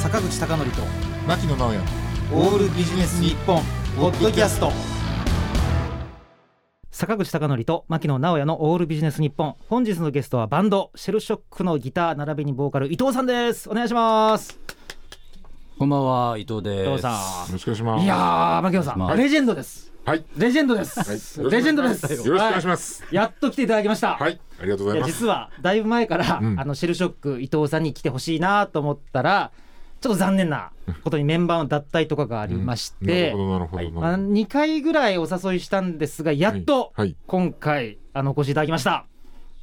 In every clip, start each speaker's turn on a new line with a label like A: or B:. A: 坂口孝則と
B: 牧野直哉
A: オールビジネス日本ポッドキャスト
C: 坂口孝則と牧野直哉のオールビジネス日本本日のゲストはバンドシェルショックのギター並びにボーカル伊藤さんですお願いします
D: こんばんは伊藤です。
C: 伊藤さ
B: よろしくお願いしま
C: ん
B: す
C: いやー牧野さん、
D: まあ
C: レジェンドです
B: はい
C: レジェンドです、レジェンドです
B: よろしくお願いします
C: はいやっと来ていただきました、
B: はい、ありがとうご
C: い
B: ざい
C: や
B: ます
C: 実はだいぶ前から、
B: うん
C: あのシェルショック伊藤さんに来てほしいなと思ったらちょっと残念なことにメンバーの脱退とかがありまして、
B: うんなるほどなるほど
C: ま
B: な
C: あ、
B: るほど
C: 2回ぐらいお誘いしたんですがやっと
B: はいはい
C: 今回あのお越しいただきました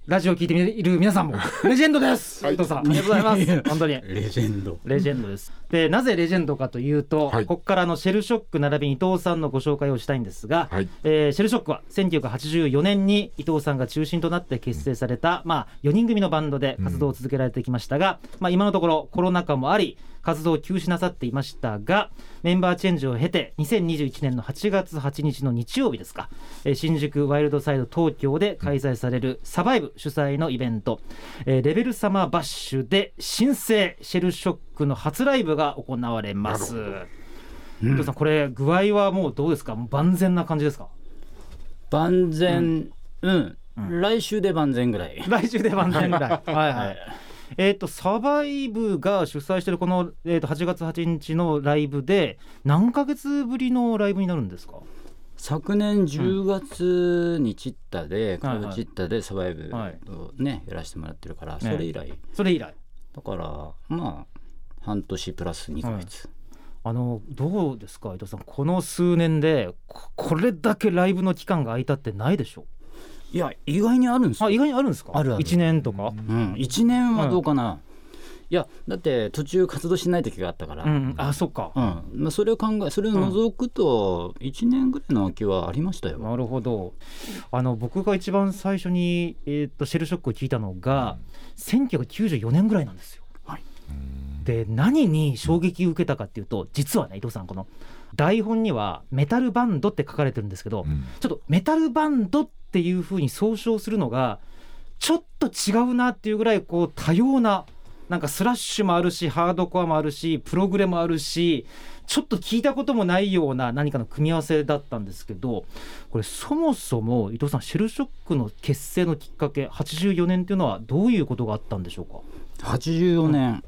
C: ラジオを聞いている皆さんもレジェンドです、
B: はい
C: 伊藤さんありがとうございます本当に
D: レジェンド。
C: レジェンドですでなぜレジェンドかというと、
B: はい
C: ここからあのシェルショック並びに伊藤さんのご紹介をしたいんですが、
B: はい
C: えーシェルショックは1984年に伊藤さんが中心となって結成された、まあ、4人組のバンドで活動を続けられてきましたが、まあ、今のところコロナ禍もあり活動を休止なさっていましたがメンバーチェンジを経て2021年の8月8日の日曜日ですか、えー新宿ワイルドサイド東京で開催されるサバイブ主催のイベント、えーレベルサマーバッシュで新生シェルショックの初ライブが行われます。伊藤さんこれ具合はもうどうですかもう万全な感じですか
D: 万全、うん、来週で万全ぐらい。
C: 来週で万全ぐらい。 はいはい。えっ、とサバイブが主催してるこのえっ、と8月8日のライブで何ヶ月ぶりのライブになるんですか。
D: 昨年10月にチッタで、
C: はいはい
D: チッタでサバイブ
C: はい
D: をね、やらせてもらってるから、それ以来、
C: それ以来。
D: だからまあ半年プラス2ヶ月。
C: あのどうですか伊藤さんこの数年でここれだけライブの期間が空いたってないでしょ
D: い、や意外にあるんですよ。
C: あ意外にあるんですか
D: あるある
C: 1年とか、
D: うん、1年はどうかな。いやだって途中活動しない時があったから。
C: うんあそっか、
D: うんまあ、それを考えそれを除くと1年ぐらいの空きはありましたよ。
C: なるほどあの僕が一番最初に、えー、とシェルショックを聞いたのが、1994年ぐらいなんですよ。
D: はい
C: で何に衝撃を受けたかっていうと実はね伊藤さんこの台本にはメタルバンドって書かれてるんですけど、
B: うん
C: ちょっとメタルバンドっていうふうに総称するのがちょっと違うなっていうぐらいこう多様ななんかスラッシュもあるしハードコアもあるしプログレもあるしちょっと聞いたこともないような何かの組み合わせだったんですけどこれそもそも伊藤さんシェルショックの結成のきっかけ84年っていうのはどういうことがあったんでしょう
D: 84年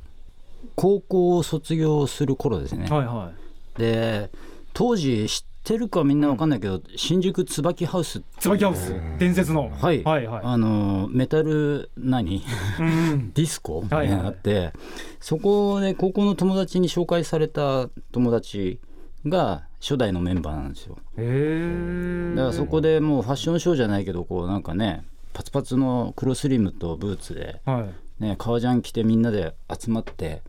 D: 高校を卒業する頃ですね、
C: かはいは
D: で当時知ってるかみんなわかんないけど、新宿椿ハウス
C: い椿ハウス伝説の
D: はい
C: はいはい
D: あのメタル何
C: うん
D: ディスコみた
C: はいい
D: な
C: はい
D: のがあって、そこで高校の友達に紹介された友達が初代のメンバーなんですよ
C: へ
D: だ
C: え
D: からそこでもうファッションショーじゃないけどこうなんかねパツパツの黒スリムとブーツで、
C: はい
D: ね、革ジャン着てみんなで集まって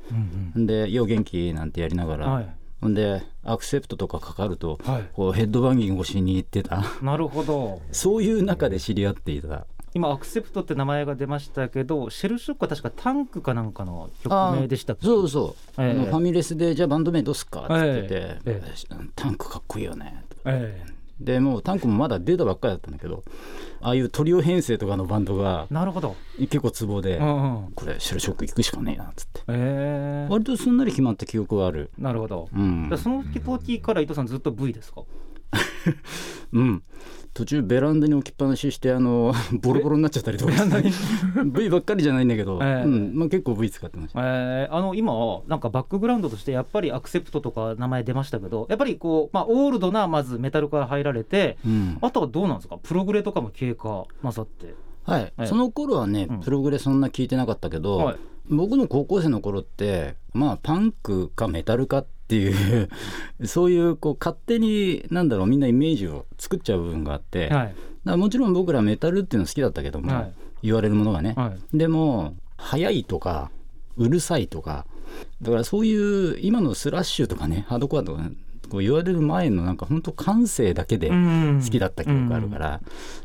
C: うん
D: で「よう元気」なんてやりなが
C: う
D: ら、
C: んはい
D: ほんでアクセプトとかかかると、
C: はい
D: こうヘッドバンギング越しに行ってた
C: なるほど
D: そういう中で知り合っていた
C: 今アクセプトって名前が出ましたけどシェルショックは確かタンクかなんかの曲
D: あー
C: 名でしたっけ
D: そうそう、
C: ええ
D: あのファミレスでじゃあバンド名どうすっかって言ってて、
C: えええ
D: タンクかっこいいよねとか
C: え
D: でもうタンクもまだ出たばっかりだったんだけどああいうトリオ編成とかのバンドが
C: えなるほど
D: 結構ツボで、
C: うんうん
D: これシェルショック行くしかねえなっつって
C: ええ
D: 割とすんなり決まった記憶はある
C: なるほど
D: うん
C: じゃあ、その時から伊藤さんずっと V ですか
D: うん、途中ベランダに置きっぱなししてあ のボロボロになっちゃったりとかして V ばっかりじゃないんだけど、
C: ええ
D: うんまあ、結構 V 使ってました
C: えーあの今なんかバックグラウンドとしてやっぱりアクセプトとか名前出ましたけどやっぱりこう、まあ、オールドなまずメタルから入られて
D: うん
C: あとはどうなんですかプログレとかも経過なさって
D: はい、
C: はい
D: その頃はね、
C: うん
D: プログレそんな聞いてなかったけど、
C: はい
D: 僕の高校生の頃ってまあパンクかメタルかっていう そういうこう勝手になんだろうみんなイメージを作っちゃう部分があって、だか
C: はい
D: らもちろん僕らメタルっていうの好きだったけども、
C: はい
D: 言われるものがね、
C: はい
D: でも速いとかうるさいとかだからそういう今のスラッシュとかねハードコアとかこう言われる前のなんか本当感性だけで
C: 好
D: 好きだった記憶があるから、だ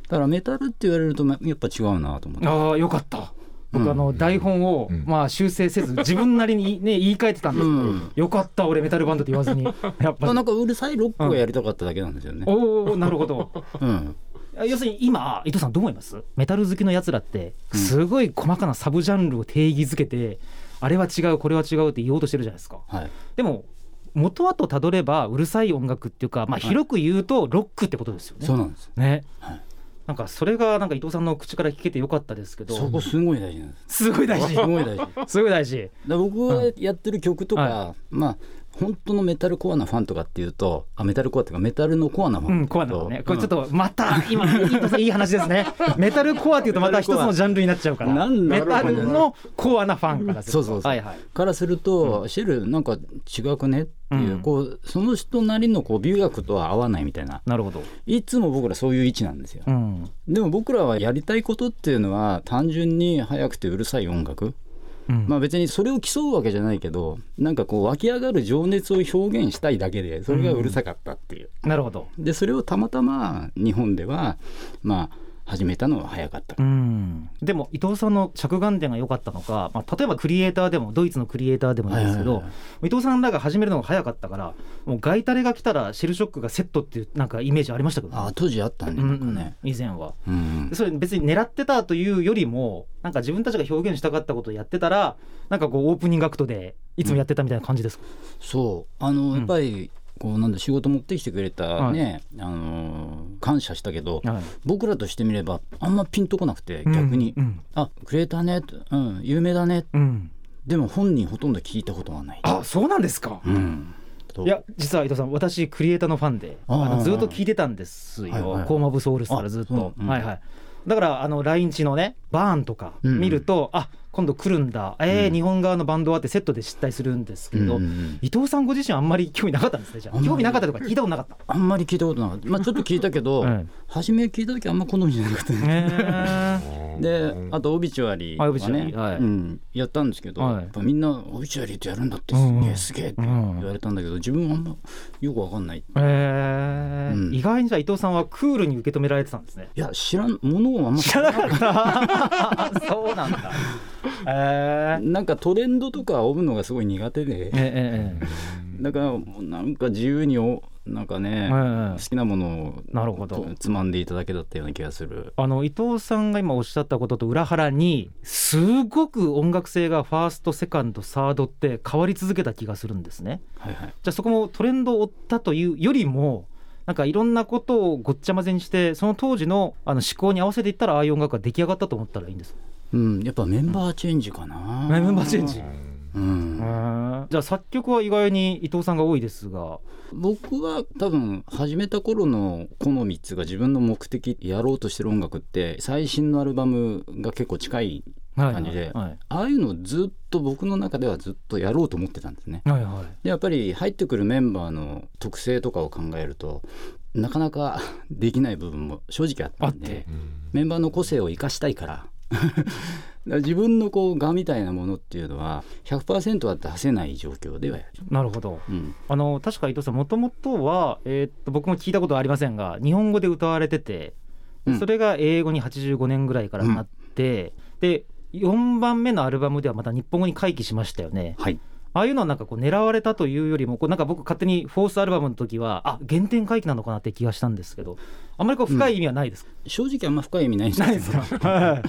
D: からメタルって言われるとまやっぱ違うなと思って。
C: ああよかった僕、
D: うん
C: あの台本を、
B: うん
C: まあ、修正せず自分なりに、ね、 言い換えてたんですけど、
D: うん
C: よかった俺メタルバンドって言わず にやっぱ
D: まあ
C: り
D: なんかうるさいロックをやりたかっただけなんですよね。
C: おおなるほど
D: うん、
C: 要するに今伊藤さんどう思いますメタル好きのやつらってすごい細かなサブジャンルを定義づけて、あれは違うこれは違うって言おうとしてるじゃないですか
D: はい、
C: でも元はとたどればうるさい音楽っていうか、まあ、
D: い
C: 広く言うとロックってことですよね。
D: そうなんです
C: ね、
D: はい
C: なんかそれがなんか伊藤さんの口から聞けてよかったですけ
D: そ
C: ど
D: こすごい大事なんです
C: すごい大事
D: すごい大事だか
C: すごい大事
D: ら僕がやってる曲とか、
C: は
D: まあ本当のメタルコアなファンとかっていうとあメタルコアっていうかメタルのコアなファ
C: う
D: ン
C: んコアなのねこれちょっとまた今伊藤さんいい話です ねメタルコアっていうとまた一つのジャンルになっちゃうから
D: なんだ
C: メ
D: ろう
C: タルのコアなファンからすると
D: そうそうそう
C: はいはい
D: からすると、シェルなんか違くねっていう、
C: うん
D: こうその人なりのこう美学とは合わないみたいな
C: なるほど、
D: いつも僕らそういう位置なんですよ
C: う、ん
D: でも僕らはやりたいことっていうのは単純に速くてうるさい音楽、
C: うん
D: まあ別にそれを競うわけじゃないけどなんかこう湧き上がる情熱を表現したいだけでそれがうるさかったっていう、
C: なるほど、
D: でそれをたまたま日本ではまあ始めたのは早かった、
C: うん、でも伊藤さんの着眼点が良かったのか、まあ、例えばクリエイターでもドイツのクリエイターでもいいんですけ
D: はい
C: ど
D: はい
C: 伊藤さんらが始めるのが早かったからもう外タレが来たらシェルショックがセットっていうなんかイメージありましたけどね、
D: ああ当時あったね
C: うん
D: な
C: うん
D: か
C: ん
D: ね、
C: 以前は。
D: うんうん
C: でそれ別に狙ってたというよりもなんか自分たちが表現したかったことをやってたらなんかこうオープニングアクトでいつもやってたみたいな感じですか、
D: そうあ
C: ん
D: の、やっぱりこうなんだ仕事持ってきてくれた
C: はい
D: ね、あのー感謝したけど、
C: はい
D: 僕らとしてみればあんまピンとこなくて逆に、
C: うん
D: あクリエイターねうん有名だね
C: うんうん
D: でも本人ほとんど聞いたことはない、
C: あそうなんですか
D: うん、と
C: いや実は伊藤さん私クリエイターのファンで
D: あー
C: あのずっと聞いてたんですよ「
D: はいはい
C: コーマ・ブ・ソウルス」からずっ
D: あそう
C: と、
D: うん
C: はいはいだからあの来日のねバーンとか
D: うん
C: 見ると、あ今度来るんだえー
D: うん
C: 日本側のバンドはってセットで知ったりするんですけど、
D: うんうんうん
C: 伊藤さんご自身あんまり興味なかったんですねじゃ
D: あん
C: あ
D: まり
C: 興味なかったとか聞いたことなかった
D: あんまり聞いたことなかった、まあ、ちょっと聞いたけど、
C: はい
D: 初め聞いた時あんま好みじゃなくて、
C: へ
D: であとオビチュアリー
C: あオ
D: と
C: ビチ
D: か
C: ュアリー
D: ね、
C: はい
D: うん、やったんですけど、
C: はい
D: やっぱみんな「オビチュアリーってやるんだって
C: う
D: す
C: ん
D: げ
C: う
D: え
C: ん
D: すげえ」って
C: う
D: 言
C: ん
D: われたんだけど自分はあんまよくわかんない
C: え
D: うん
C: 意外にじゃあ伊藤さんはクールに受け止められてたんですね
D: いや知らんものをあんま
C: 知らなかった そうなんだえー、
D: なんかトレンドとか追うのがすごい苦手で
C: ええええ
D: だからもうなんか自由におなんかね、
C: え
D: 好
C: え
D: きなものを
C: なるほど
D: つまんでいただけだったような気がする
C: あの伊藤さんが今おっしゃったことと裏腹にすごく音楽性がファーストセカンドサードって変わり続けた気がするんですね。
D: はいはい
C: じゃあそこもトレンドを追ったというよりもなんかいろんなことをごっちゃ混ぜにしてその当時のあの思考に合わせていったらああいう音楽が出来上がったと思ったらいいんですか
D: うんやっぱメンバーチェンジかな
C: メンバーチェンジ
D: うん
C: じゃあ作曲は意外に伊藤さんが多いですが
D: 僕は多分始めた頃の好みっつうか自分の目的やろうとしてる音楽って最新のアルバムが結構近い
C: 感
D: 感じで
C: はい
D: ああいうのをずっと僕の中ではずっとやろうと思ってたんですね
C: はいはい
D: でやっぱり入ってくるメンバーの特性とかを考えるとなかなか できない部分も正直あったん
C: あっ
D: で
C: て
D: メンバーの個性を生かしたいから だから自分のこうがみたいなものっていうのは100%は出せない状況ではやる、
C: なるほど
D: うん、
C: あの確か伊藤さんもともとは、えーっと僕も聞いたことはありませんが日本語で歌われてて、で
D: うん
C: それが英語に85年ぐらいからなって、で4番目のアルバムではまた日本語に回帰しましたよね。
D: はい
C: ああいうのはなんかこう狙われたというよりもこうなんか僕勝手にフォースアルバムの時はあ原点回帰なのかなって気がしたんですけどあんまりこう深い意味はないですか、
D: 正直あんま深い意味ないんですけど
C: ないですかはい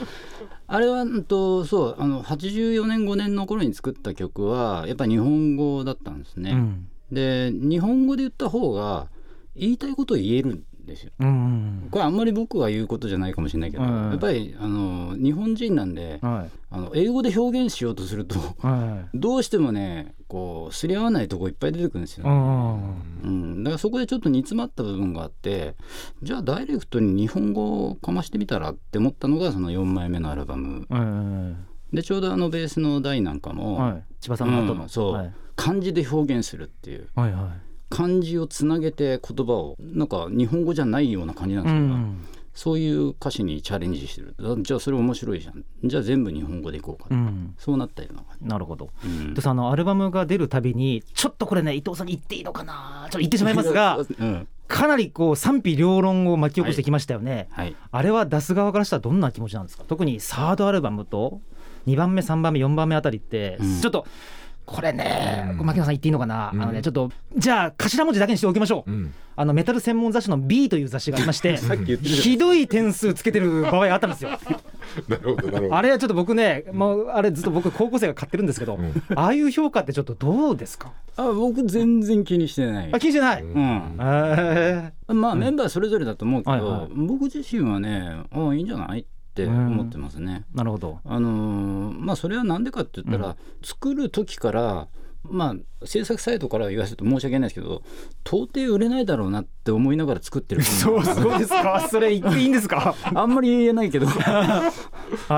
D: あれはうんとそうあの84年5年の頃に作った曲はやっぱ日本語だったんです
C: う
D: ね、
C: ん
D: で日本語で言った方が言いたいことを言えるんですよ
C: うんうん
D: これあんまり僕が言うことじゃないかもしれないけど、
C: うん
D: やっぱりあの日本人なんで
C: うんはい
D: あの英語で表現しようとすると
C: はい
D: どうしてもねこうすり合わないとこいっぱい出てくるんですよ、
C: う
D: ね
C: んうんうん
D: うん、だからそこでちょっと煮詰まった部分があってじゃあダイレクトに日本語をかましてみたらって思ったのがその4枚目のアルバム
C: うんうん
D: でちょうどあのベースの台なんか
C: うん
D: も、
C: はい千葉さんの後の、
D: うんそう
C: はい
D: 漢字で表現するっていう
C: はいはい
D: 漢字をつなげて言葉をなんか日本語じゃないような感じなんですけど、そういう歌詞にチャレンジしてるだじゃあそれ面白いじゃんじゃあ全部日本語でいこうか、
C: うんうん
D: そうなったような感
C: なるほど。
D: じ、うん
C: でさあのアルバムが出るたびにちょっとこれね伊藤さんに言っていいのかなちょっと言ってしまいます が
D: うん
C: かなりこう賛否両論を巻き起こしてきましたよね、
D: はい、
C: あれは出す側からしたらどんな気持ちなんですか特にサードアルバムと2番目3番目4番目あたりって、
D: うん
C: ちょっとこれね、
B: うん
C: 牧野さん言っていいのかな、
B: うん
C: あのねちょっとじゃあ頭文字だけにしておきましょう、
B: うん
C: あのメタル専門雑誌の B という雑誌がありまして
D: さっき言ってるじゃん
C: ひどい点数つけてる場合あったんですよ
B: なるほど、なるほど。
C: あれはちょっと僕ね、もうあれずっと僕高校生が買ってるんですけど、
B: うん
C: ああいう評価ってちょっとどうですか
D: あ僕全然気にしてない
C: あ気にしてない、
B: う
C: え
B: ん
D: うん
C: ー
D: まあメンバーそれぞれだと思うけど、
C: はいはい
D: 僕自身はねあいいんじゃないって思ってますね。
C: なるほど
D: あのーまあそれは何でかって言ったら、
C: う
D: 作る時からまあ制作サイトから言わせると申し訳ないですけど到底売れないだろうなって思いながら作ってる
C: そうそうですか それ言っていいんですか、
D: あんまり言えない けど
C: は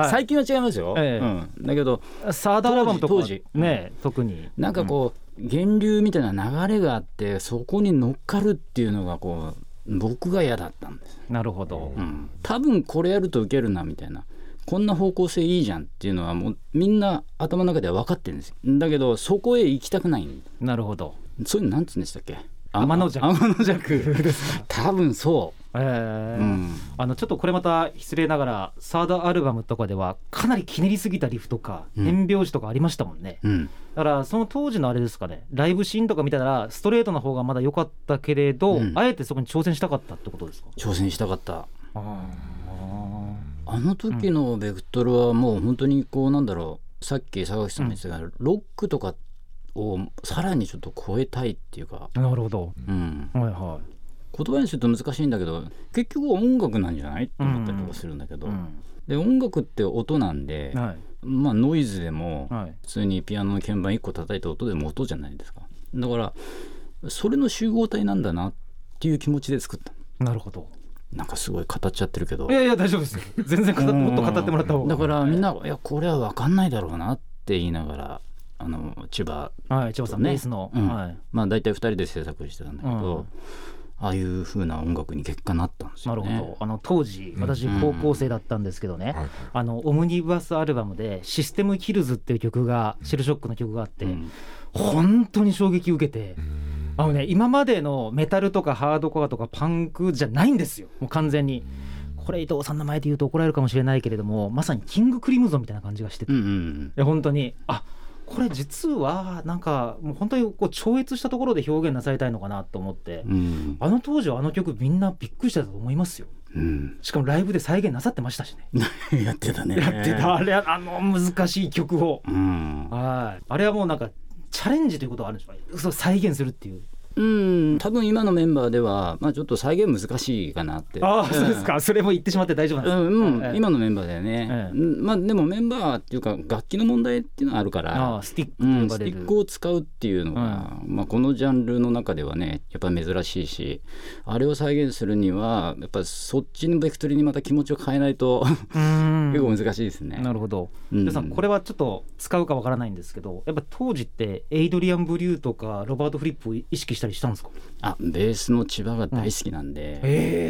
D: 最近は違いますよ、
C: ええ
D: うん、だけど
C: い、サードアルバムとか
D: 当時当時
C: ね特に
D: なんかこう、源流みたいな流れがあってそこに乗っかるっていうのがこう僕が嫌だったんです、
C: なるほど、
D: うん、多分これやるとウケるなみたいなこんな方向性いいじゃんっていうのはもうみんな頭の中では分かってるんですよだけどそこへ行きたくないん
C: なるほど
D: そういうのなんつうんでしたっけ
C: 天の邪鬼
D: 天の 弱多分そ
C: え
D: う、
C: ー
D: うん、
C: あのちょっとこれまた失礼ながらサードアルバムとかではかなりひねりすぎたリフとか
D: うん
C: 変拍子とかありましたもんね、
D: うん、
C: だからその当時のあれですかねライブシーンとか見たらストレートの方がまだ良かったけれど、
D: うん
C: あえてそこに挑戦したかったってことですか
D: 挑戦したかった
C: あ
D: あの時のベクトルはもう本当にこうなんだろうさっき佐々木さんも言ってたけど、ロックとかをさらにちょっと超えたいっていうか、
C: あなるほど
D: うん、
C: はいは
D: 言葉にすると難しいんだけど結局は音楽なんじゃないって思ったりとかするんだけ
C: い、
D: ど、
C: うん
D: で音楽って音なんで、
C: は
D: まあノイズでも
C: いはい、
D: 普通にピアノの鍵盤1個叩いた音でも音じゃないですかだからそれの集合体なんだなっていう気持ちで作った
C: なるほど
D: なんかすごい語っちゃってるけど
C: いやいや大丈夫ですよ 全然語ってもっと語ってもらった方が
D: だからみんな「いやこれは分かんないだろうな」って言いながらあの千葉
C: はい千葉さん、
D: ね
C: ベースの、
D: うん
C: はい、
D: まあ大体2人で制作してたんだけど、ああいう風な音楽に結果なったんです
C: な
D: よ
C: るほ
D: ね。
C: ど、あの当時私
D: うん
C: 高校生だったんですけどね、
B: はい
C: あのオムニバスアルバムで「システムヒルズ」っていう曲がシェルショックの曲があって、
D: うん
C: 本当に衝撃受けて、あのね今までのメタルとかハードコアとかパンクじゃないんですよもう完全にこれ伊藤さんの前で言うと怒られるかもしれないけれどもまさにキングクリムゾンみたいな感じがしてて、
D: うん
C: い
D: うんうん
C: や本当にあこれ実はなんかもう本当にこう超越したところで表現なさりたいのかなと思って、
D: うん
C: あの当時はあの曲みんなびっくりしてたと思いますよ
D: うん、
C: しかもライブで再現なさってましたしね
D: やってたね。
C: やってた、あれあの難しい曲を、
D: うん、
C: はいあれはもうなんかチャレンジということはあるんでしょうねそう再現するっていう
D: うん、多分今のメンバーでは、まあ、ちょっと再現難しいかなって。
C: ああ、そうですか。それも言ってしまって大丈夫なんです
D: うん、うん
C: ええ
D: 今のメンバーだよね
C: え、え
D: うんまあでもメンバーっていうか楽器の問題っていうのはあるか
C: か。あ
D: ら
C: あ、スティック
D: う
C: と呼
D: ん、
C: ば
D: ステ
C: れる。
D: ィックを使うっていうのが、まあ、このジャンルの中ではねやっぱ珍しいしあれを再現するにはやっぱそっちのベクトルにまた気持ちを変えないと
C: うーん
D: 結構難しいですね。
C: なるほど。
D: うん
C: 皆さんこれはちょっと使うかわからないんですけど、やっぱ当時ってエイドリアンブリューとかロバートフリップを意識したりしたんですか。
D: あベースの千葉が大好きなんで、
C: え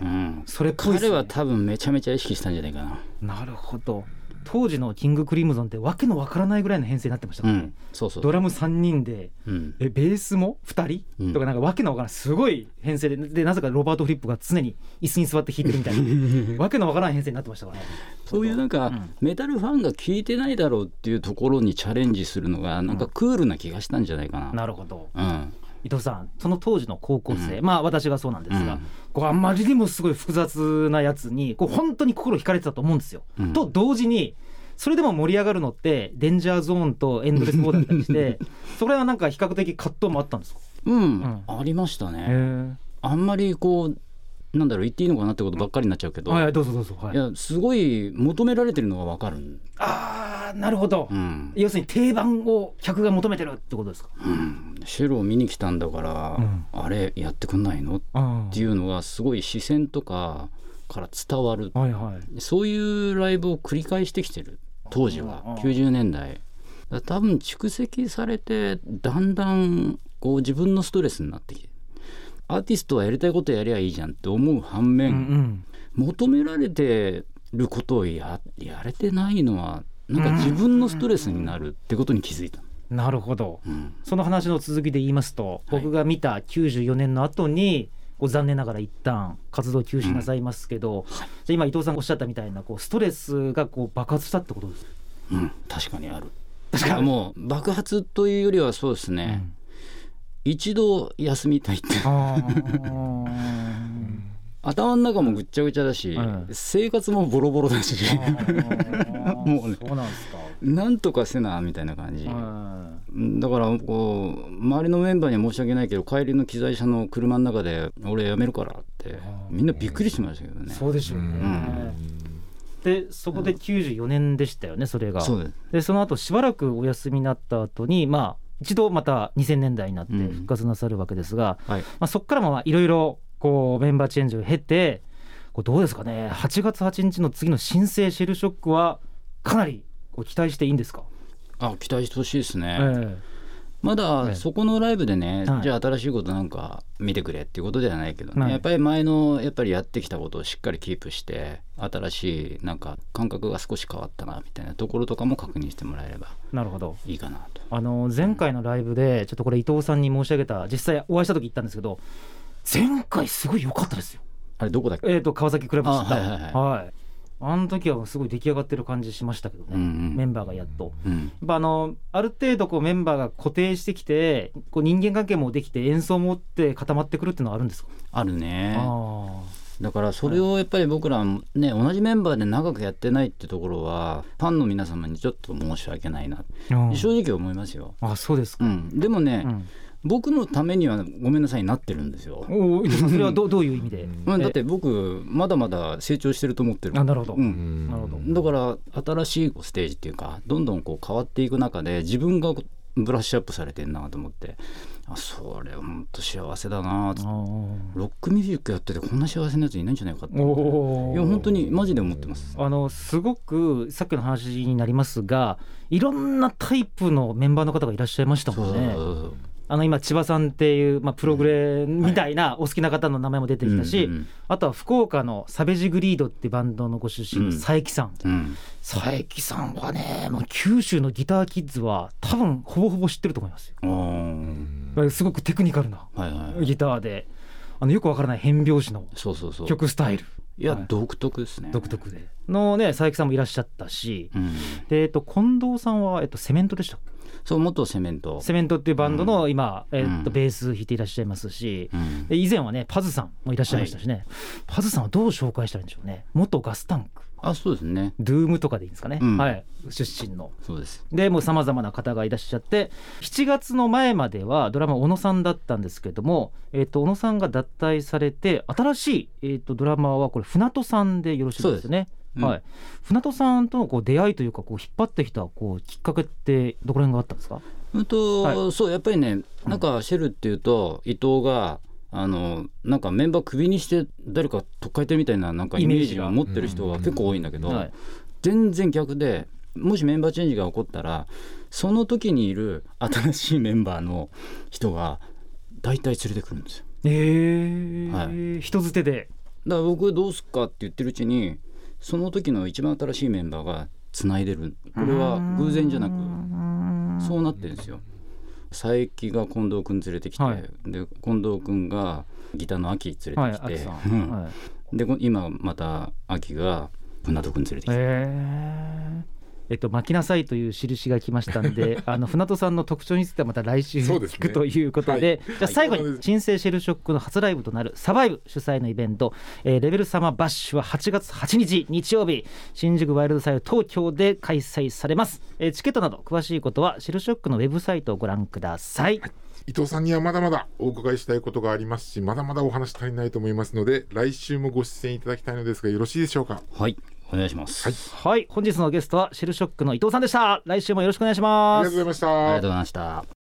C: え
D: うん
C: それっぽいっすね
D: 彼は多分めちゃめちゃ意識したんじゃないかな。
C: なるほど。当時のキングクリムゾンってわけのわからないぐらいの編成になってました
D: う
C: からね。
D: ん、そうそう
C: ドラム3人で
D: うん
C: えベースも2
D: うん
C: 人とかなんかわけのわからないすごい編成ででなぜかロバート・フリップが常に椅子に座って弾いてるみた いなわけのわからない編成になってましたからね
D: そういうなんか、
C: ん
D: メタルファンが聞いてないだろうっていうところにチャレンジするのがなんかクールな気がしたんじゃないかな。
C: なるほど
D: うん
C: 伊藤さんその当時の高校生、まあ私がそうなんですが、
D: うん
C: こうあんまりにもすごい複雑なやつにこう本当に心惹かれてたと思うんですよ。
D: うん
C: と同時にそれでも盛り上がるのってデンジャーゾーンとエンドレスボーだったりして それはなんか比較的葛藤もあったんですか
D: うん、ありましたね。あんまりこうなんだろう言っていいのかなってことばっかりになっちゃうけど、
C: はい
D: い、
C: はいどうぞどうぞ、はい、
D: やすごい求められてるのがわかる、
C: あーなるほど、
D: うん
C: 要するに定番を客が求めてるってことですか、
D: シェルを見に来たんだから、
C: うん
D: あれやってくんないのっ
C: うん
D: ていうのがすごい視線とかから伝わる
C: はいはい
D: そういうライブを繰り返してきてる当時は
C: うんうん
D: 90年代だから多分蓄積されてだんだんこう自分のストレスになってきてアーティストはやりたいことやりゃいいじゃんって思う反面、
C: うん
D: 求められてることをややれてないのはなんか自分のストレスになるってことに気づいた、
C: うんなるほど
D: うん
C: その話の続きで言いますと、僕が見た94年の後に、こう残念ながら一旦活動休止なさいますけど、じゃあ今伊藤さんがおっしゃったみたいなこうストレスがこう爆発したってことですか
D: うん確かにある確かもう爆発というよりはそうですね、一度休みたいって
C: あ
D: 頭の中もぐっちゃぐちゃだし、
C: うん
D: 生活もボロボロだし、 もうね
C: そうなんですか。
D: なんとかせなみたいな感じ、
C: うん
D: だからこう周りのメンバーには申し訳ないけど帰りの機材車の車の中で「俺辞めるから」ってみんなびっくりしましたけどね
C: そうでしょうね。でそこで94年でしたよねそれが。
D: そうです
C: でその後しばらくお休みになった後にまあ一度また2000年代になって
D: うん
C: 復活なさるわけですが、
D: はい
C: まあ、そこからもまあいろいろこうメンバーチェンジを経てこうどうですかね8月8日の次の新生シェルショックはかなりこう期待していいんですか、
D: あ期待してほしいですね、
C: ええ
D: ま
C: え
D: だそこのライブでね、
C: はい
D: じゃあ新しいことなんか見てくれっていうことではないけどね、
C: はい
D: やっぱり前のやっぱりやってきたことをしっかりキープして新しいなんか感覚が少し変わったなみたいなところとかも確認してもらえれば
C: えなるほど
D: いいかなと。
C: あの前回のライブでちょっとこれ伊藤さんに申し上げた実際お会いした時言ったんですけど前回すごい良かったですよ
D: あれどこだっけ
C: えー、と川崎クラブでした
D: あはいはいはい
C: あの時はすごい出来上がってる感じしましたけどね、
D: うんうん
C: メンバーがやっと。
D: うん
C: やっぱあのある程度こうメンバーが固定してきてこう人間関係もできて演奏もって固まってくるっていうのはあるんですか、
D: あるね
C: あ
D: だからそれをやっぱり僕らね同じメンバーで長くやってないってところはファンの皆様にちょっと申し訳ないな
C: ー
D: 正直思いますよ、
C: あそうです
D: う
C: か、
D: ん、でもね、
C: うん
D: 僕のためにはごめんなさいになってるんですよ、
C: おおそれはどどういう意味で
D: うん、だって僕まだまだ成長してると思ってる
C: あなるほど、
D: うん
B: ん
C: なるほど
D: だから新しいステージっていうかどんどんこう変わっていく中で自分がブラッシュアップされてんなと思ってあそれ本当幸せだな
C: あ
D: つって
C: ー
D: ロックミュージックやっててこんな幸せなやついないんじゃないかってい
C: お
D: や
C: ー
D: 本当にマジで思ってます
C: あのすごくさっきの話になりますがいろんなタイプのメンバーの方がいらっしゃいました
D: そ
C: も
D: うんそう
C: ね。
D: そうそう
C: あの今千葉さんっていう、まあ、プログレみたいなお好きな方の名前も出てきたし、
D: うんうん
C: あとは福岡のサベジグリードっていうバンドのご出身の佐伯さん、
D: うん
C: 佐伯さんはねもう九州のギターキッズは多分ほぼほぼ知ってると思いますよ
D: あー
C: すごくテクニカルな
D: はいはい
C: ギターであのよくわからない変拍子の
D: そうそうそう
C: 曲スタイル
D: いや
C: はい
D: 独特ですね
C: 独特でのね佐伯さんもいらっしゃったし
D: うん
C: で、えっと、近藤さんは、えっと、セメントでしたっけ
D: そう元セメント
C: セメントっていうバンドの今、えっ
D: う
C: と、
D: ん
C: ベース弾いていらっしゃいますし、
D: うん
C: で以前はねパズさんもいらっしゃいましたしね、パズさんはどう紹介したらいいんでしょうね元ガスタンク
D: あそうですね
C: ドゥームとかでいいんですかね、
D: うん
C: はい出身の
D: そうです
C: でもうさまざまな方がいらっしゃって7月の前まではドラマー小野さんだったんですけども、えっと小野さんが脱退されて新しい、えっとドラマーはこれ船戸さんでよろしいですよね。
D: そうですうん
C: はい、船戸さんとのこう出会いというかこう引っ張ってきたこうきっかけってどこら辺があったんですか
D: うんと、
C: は
D: そうやっぱりねなんかシェルっていうと伊藤があのなんかメンバークビにして誰か取っかえてるみたいななんかイメージを持ってる人が結構多いんだけど、
C: はい
D: 全然逆でもしメンバーチェンジが起こったらその時にいる新しいメンバーの人が大体連れてくるんですよ
C: えー人づてで
D: だから僕どうすっかって言ってるうちにその時の一番新しいメンバーがつないでるこれは偶然じゃなくそうなってるんですよ佐伯が近藤君連れてきて、
C: はい
D: で近藤君がギターの秋連
C: はい
D: れてき
C: 秋
D: て、
C: さん、
D: うん
C: はい
D: でこ今また秋が船戸君連れてきて、
C: ええっと、巻きなさいという印が来ましたん であの船戸さんの特徴についてはまた来週
B: そうです
C: 聞
B: ね
C: くということでじゃあ最後
B: はい
C: に新生シェルショックの初ライブとなるサバイブ主催のイベント、えーレベルサマーバッシュは8月8日日曜日新宿ワイルドサイド東京で開催されます、えーチケットなど詳しいことはシェルショックのウェブサイトをご覧ください、
B: 伊藤さんにはまだまだお伺いしたいことがありますしまだまだお話足りないと思いますので来週もご出演いただきたいのですがよろしいでしょうか
D: はいお願いします、
B: はい
C: はい、本日のゲストはシェルショックの伊藤さんでした来週もよろしくお願いし
B: あ
C: ま
B: り
C: す
B: がとうございまし
D: あり
B: た
D: がとうございました